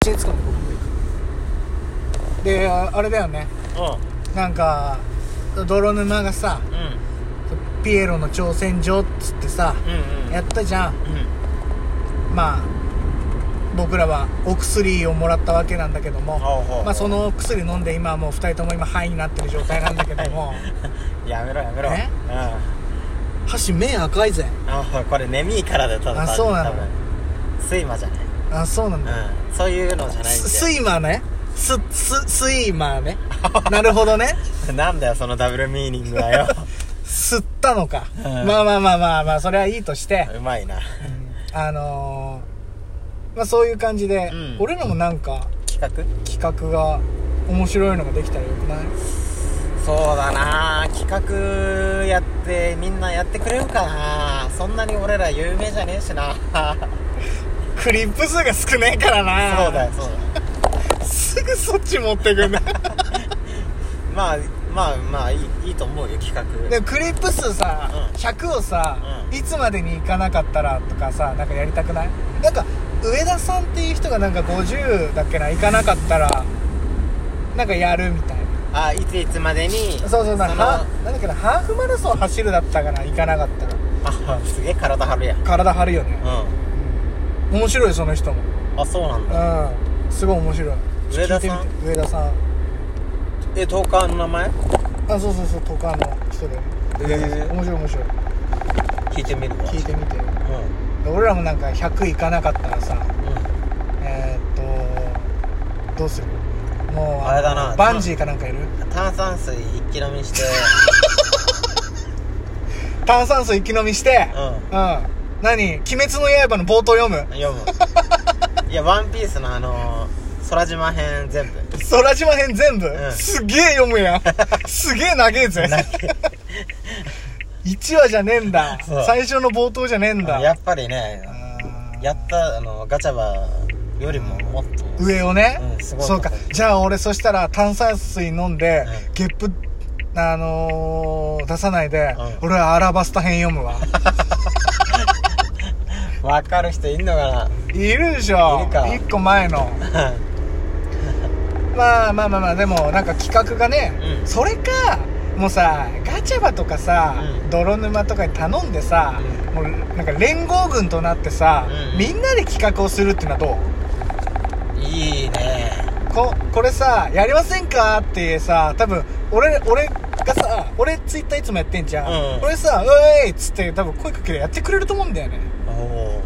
知恵つかんで僕も行くでああれだよねなんか泥沼がさうんうんピエロの挑戦状っつってさ、うんうんやったじゃんうんまあ僕らはお薬をもらったわけなんだけどもほうほうまあ、そのお薬飲んで今はもう2人とも今肺になってる状態なんだけどもやめろやめろえうん 箸目赤いぜあこれ眠いからでただあそうなの多分睡魔じゃないあそうなんだうんそういうのじゃないんスでスイマーねスススイマーねなるほど ねなんだよそのダブルミーニング だよ吸ったのか、んまあまあまあまあまあそれはいいとして、うまいなあのーまあそういう感じで、うん俺らもなんか企画企画が面白いのができたらよくないそうだな企画やってみんなやってくれるかなそんなに俺ら有名じゃねえし なクリップ数が少ねえからなそうだよそうだよすぐそっち持って くんだまあまあまあいいいいと思うよ企画でもクリップ数さ、うん100をさ、うんいつまでに行かなかったらとかさなんかやりたくないなんか上田さんっていう人がなんか50だっけな行かなかったらなんかやるみたいなあいついつまでにそうそうなんのかハーなんだっけなハーフマラソン走るだったかな行かなかったらあすげえ体張るやんう体張るよねん面白いその人もあそうなんうだんすごい面白い上田さん聞いてみて上田さんえトーカーの名前あそうそうそう都会の人でえ面白い面白い聞いてみるわ聞いてみてうんで俺らもなんか100行かなかったらさうんえー、っとどうするもうのあれだなバンジーかなんかやる炭酸水一気飲 みして炭酸水一気飲みしてううん、何「鬼滅の刃」の冒頭読むん読むいやワンピースのあの空島編全部空島編全部、んすげえ読む やんすげえ長えぜ1話じゃねえんだそう最初の冒頭じゃねえんだやっぱりねあーやったあのガチャバよりももっと上をね、うんすごいそうかじゃあ俺そしたら炭酸水飲んで、うんゲップあのー、出さないで、うん俺はアラバスタ編読む わわかる人いんのかいるでしょいるか1個前のな まあまあまあまあでもなんか企画がね、うんそれかもうさガチャバとかさ、うん泥沼とかに頼んでさ、もうなんか連合軍となってさ、うんみんなで企画をするってのはどういいねここれさやりませんかってさ多分俺俺がさ俺ツイッターいつもやってんじゃん、うん俺さ「うえい!」っつって多分声かけてやってくれると思うんだよねおお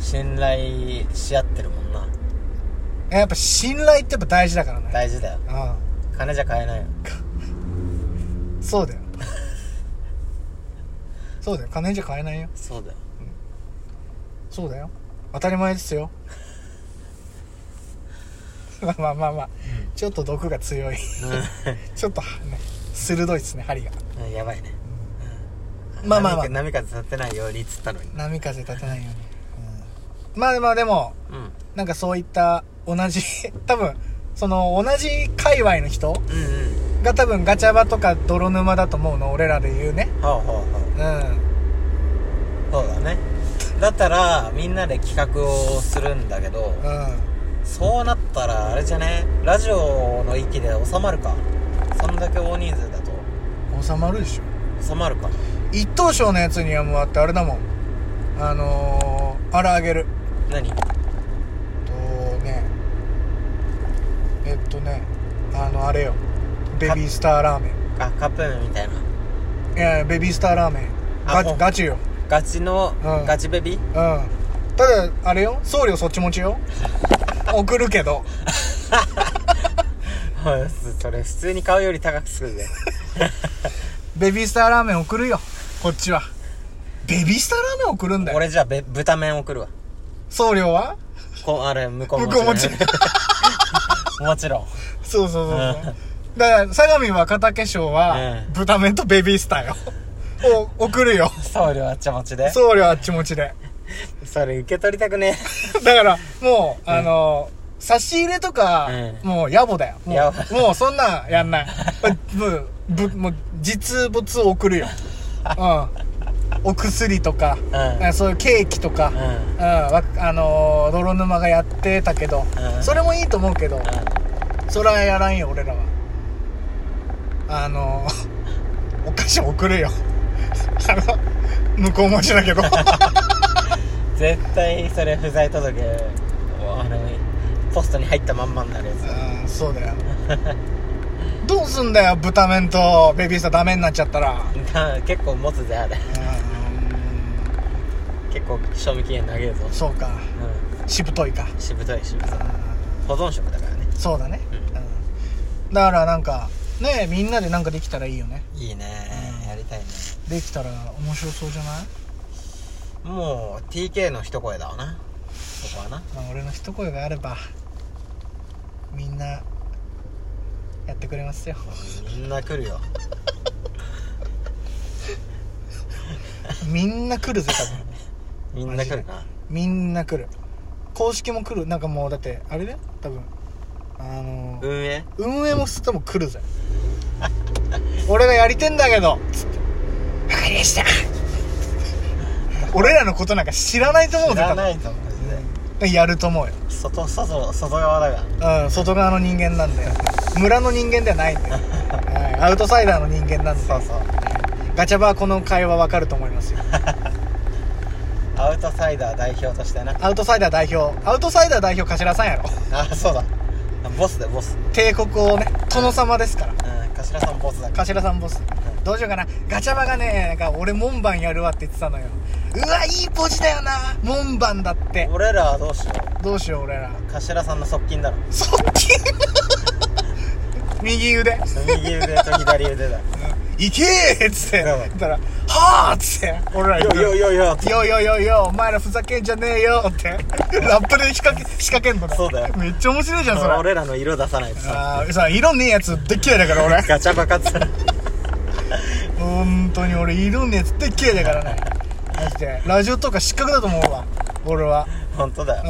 信頼し合ってるもんなやっぱ信頼ってやっぱ大事だからね大事だよう金じゃ買えないよんそうだよそうだよ金じゃ買えないよそうだよそうだよ当たり前ですよ まあまあまあまあ、ちょっと毒が強い ちょっと、ね、鋭いですね針がうんやばいねまあまあまあ波風立ってないようにっつったのに波風立てないように、うん、まあまあでもうんうんなんかそういった同じ 多分その同じ界隈の人うんが多分ガチャバとか泥沼だと思うの俺らで言うねほうほうほううんそうだねだったらみんなで企画をするんだけどうんそうなったらあれじゃねラジオの域で収まるかそんだけ大人数だと収まるでしょ収まるか一等賞のやつにはもうあってあれだもんあのー、あれあげる何えっとねえっとねあのあれよベビースターラーメンあカップ麺みたいないやいやベビースターラーメンあガほんガチよガチの、うんガチベビうんただあれよ送料そっち持ちよ送るけどーそれ普通に買うより高くする ぜベビースターラーメン送るよこっちはベビースターラーメン送るんだよ俺じゃあべ豚麺送るわ送料はこあれ向こう向こう持ち もちろんそうそうそうそうだから相模若竹賞はうん豚麺とベビースター よを送るよ送料あっちゃ持ちで送料あっち持ちでそれ受け取りたくねだから、もう、あの、差し入れとか、うもう野暮だよ。も野う、もうそんなんやん ない。もう、ぶ、もう、実物を送るよ。うん。お薬とか、うんうんなんかそういうケーキとか、うんわあのー泥沼がやってたけど、うんそれもいいと思うけど、それはやらんよ俺らはあのー お菓子送るよ あの向こう持ちだけど絶対それ不在届あのポストに入ったまんまになるやうんそうだよどうすんだよ豚麺とベビースターダメになっちゃったらつが結構持つぜあれう結構賞味期限投げるぞんそうかうしぶといかんしぶといしぶとい保存食だからねそうだね、うんうん、だからなんかねみんなでなんかできたらいいよねいいねうんやりたいねできたら面白そうじゃないもう TK の一声だわなここはなまあ、俺の一声があればみんなやってくれ ますよみんな来るよみんな来るぜ多分みんな来るなみんな来る公式も来るなんかもうだってあれだよ多分あの運営運営もすっとも来 るぜ俺がやりてんだけどつって「わかりました」俺らのことなんか知らないと思う知ぜら多分ないと思うねやると思うよ外外外側だがうん外側の人間なんで村の人間ではないん で、はいアウトサイダーの人間なんでそうそうガチャバはこの会話わかると思い ますよアウトサイダー代表としてなアウトサイダー代表アウトサイダー代表頭さんやろあそうだボスだボス帝国をね殿様ですからうん頭さんボスだから頭さんボスどうしようかなガチャバがねなんか俺門番やるわって言ってたのようわいいポジだよな門番だって俺らはどうしよどうしよう俺らう頭さんの側近だろ側近 右腕右腕と左腕だ行けーっつってそう言ったら「はあ」っつって俺ら行よくよよよよよよよお前らふざけんじゃねえよってラップで仕掛け仕掛けんのねそうだよめっちゃ面白いじゃんそれ俺らの色出さないとさあーさ色ねえやつでっ嫌いだから俺ガチャバカっつったら本当に俺色ねえやつでっ嫌いだからねマジでラジオとか失格だと思うわ俺は本当だうん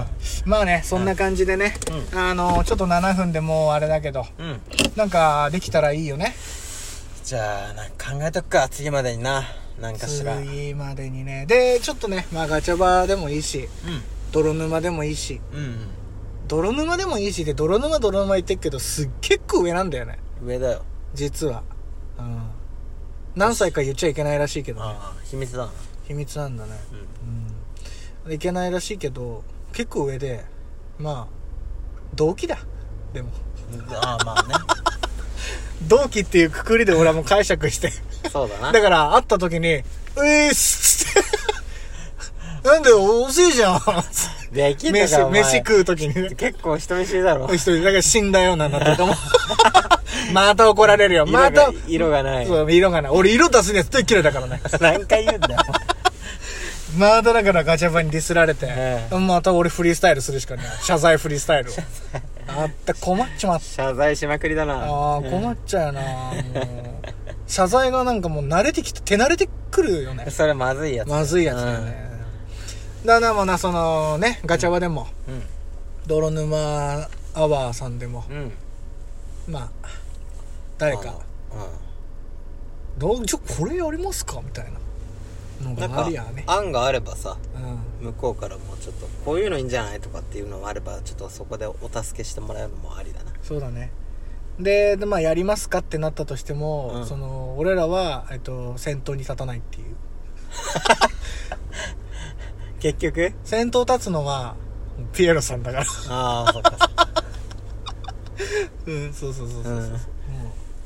よまあねそんな感じでね、あのちょっと7分でもうあれだけどうん、なんかできたらいいよねじゃあなんか考えとくか次までにななんかしらうん次までにねでちょっとねまあガチャバでもいいし泥沼でもいいしうん泥沼でもいいしで泥沼泥沼言ってっけどすっ結構上なんだよね上だよ実はうん何歳か言っちゃいけないらしいけどねああ秘密だな秘密なんだねううんんいけないらしいけど結構上でまあ同期だでもああまあ同期っていうくくりで俺はもう解釈 してねそうだなだから会った時に「うえっす」っつって なんで遅いじゃん できた飯かお前飯食う時にね結構人見知りだろ一人だから死んだよう なんだってともまた怒られるよまた色が色がないそう色がない俺色出すやつと嫌いだからね何回言うんだよまただからガチャバにディスられて、えまた俺フリースタイルするしかない 謝罪フリースタイルをあった困っちまった謝罪しまくりだなあー困っちゃうなもう謝罪がなんかもう慣れてきて手慣れてくるよねそれまずいやつまずいやつだよね、だからもうなそのねガチャバでも、うん泥沼アワーさんでも、うんまあ誰か、どうじゃこれやりますかみたいなのうんなんがあかるやね案があればさうん向こうからもうちょっとこういうのいいんじゃないとかっていうのもあればちょっとそこでお助けしてもらうのもありだなそうだねででまあやりますかってなったとしても、うんその俺らは、えっと、先頭に立たないっていう結局先頭立つのはピエロさん だからああそっかうんそうそうそうそう、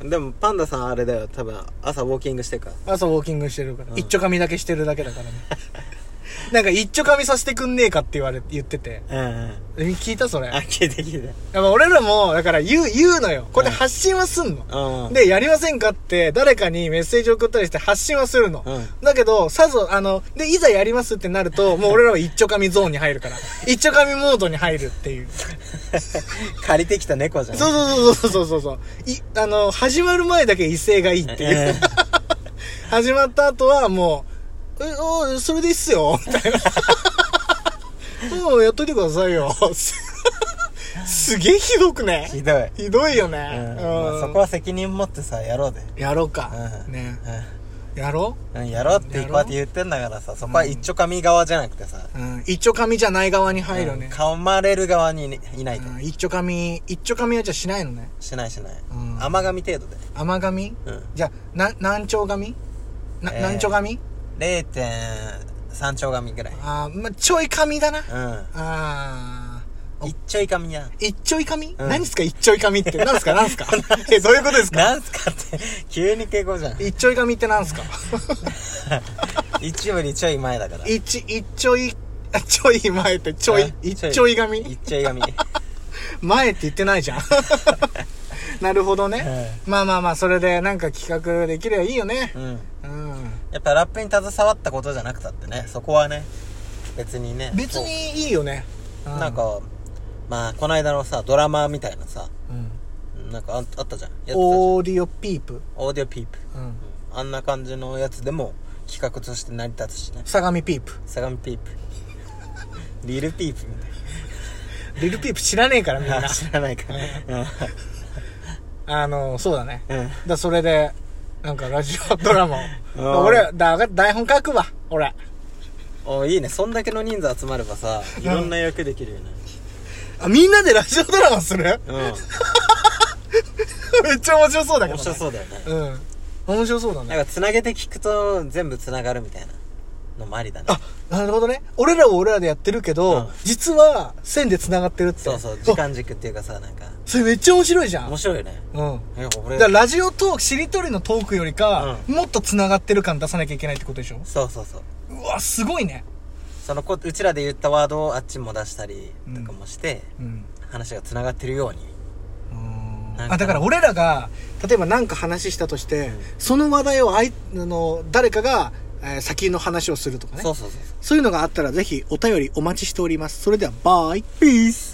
もでもパンダさんあれだよ多分朝ウォーキングしてからう朝ウォーキングしてるから、うん一丁髪だけしてるだけだからね なんか一丁髪させてくんねえかって言われ言っててうんうんえ聞いたそれあやっ聞いて聞いてぱ俺らもだから言う言うのよこれで発信はすんの、うんで、やりませんかって、誰かにメッセージ送ったりして発信はするの。うんだけど、さぞ、あの、で、いざやりますってなると、もう俺らは一丁紙ゾーンに入るから。一丁紙モードに入るっていう。借りてきた猫じゃんそううそうそうそうそうそう。い、あの、始まる前だけ威勢がいいっていう。 始まった後はもう、え、おうそれでいいっすよ、みたいな。 もうやっといてくださいよ。 すすげえひどくね。ひどいひどいよね。ううんんまあそこは責任持ってさやろうぜやろうか。うんね。うやろうんやろうってこうやって言ってんだからさそこは一丁紙側じゃなくてさ、う、うん、一丁紙じゃない側に入るね、噛まれる側にいないと、うん一丁紙一丁紙はじゃあしないのねしないしない、うん甘噛み程度で、甘紙うん、じゃあな何丁紙な、えー何丁紙0.3丁紙ぐらいあー、まあ、ちょい紙だなうあんー一丁紙や一丁い紙、うん何ですか一丁い紙って何ですか何ですか えどういうことですかなんすかって急に敬語じゃん一丁い紙って何です か一よりちょい前だから一一丁いあちょい前ってちょいあ一丁い紙一丁 紙前って言ってないじ ゃんなるほどね、まあまあまあそれでなんか企画できればいいよねうんうんやっぱラップに携わったことじゃなくたってねそこはね別にね別にいいよねそうなん、かまあこの間のさドラマみたいなさうんうんなんかああったじゃんやってたじゃんオーディオピープ、オーディオピープうん、あんな感じのやつでも企画として成り立つしね相模ピープ相模ピープ リルピープみたいリルピープ知らねえからみんな な知らないからあのそうだねうんうんだそれでなんかラジオドラマうをん俺だ台本書くわ俺おいいねそんだけの人数集まればさいろんな役できるよねあみんなでラジオドラマする うんめっちゃ面白そうだけ面ど、ね、白そうだよねうん面白そうだなんねかつなげて聞くと全部つながるみたいなのもありだねあなるほどね俺らは俺らでやってるけど、うん実は線で繋がってるってそうそうあ時間軸っていうかさなんかそれめっちゃ面白いじゃん面白いよねうんえ俺だからラジオトークしりとりのトークよりか、もっと繋がってる感出さなきゃいけないってことでしょそうそうそううわすごいねそのこうちらで言ったワードをあっちも出したりうんとかもして、うん話がつながってるようになんかあだから俺らが例えば何か話したとして、うんその話題をあいあの誰かが、えー先の話をするとかねそうそうそうそうそういうのがあったらぜひお便りお待ちしておりますそれではバイピース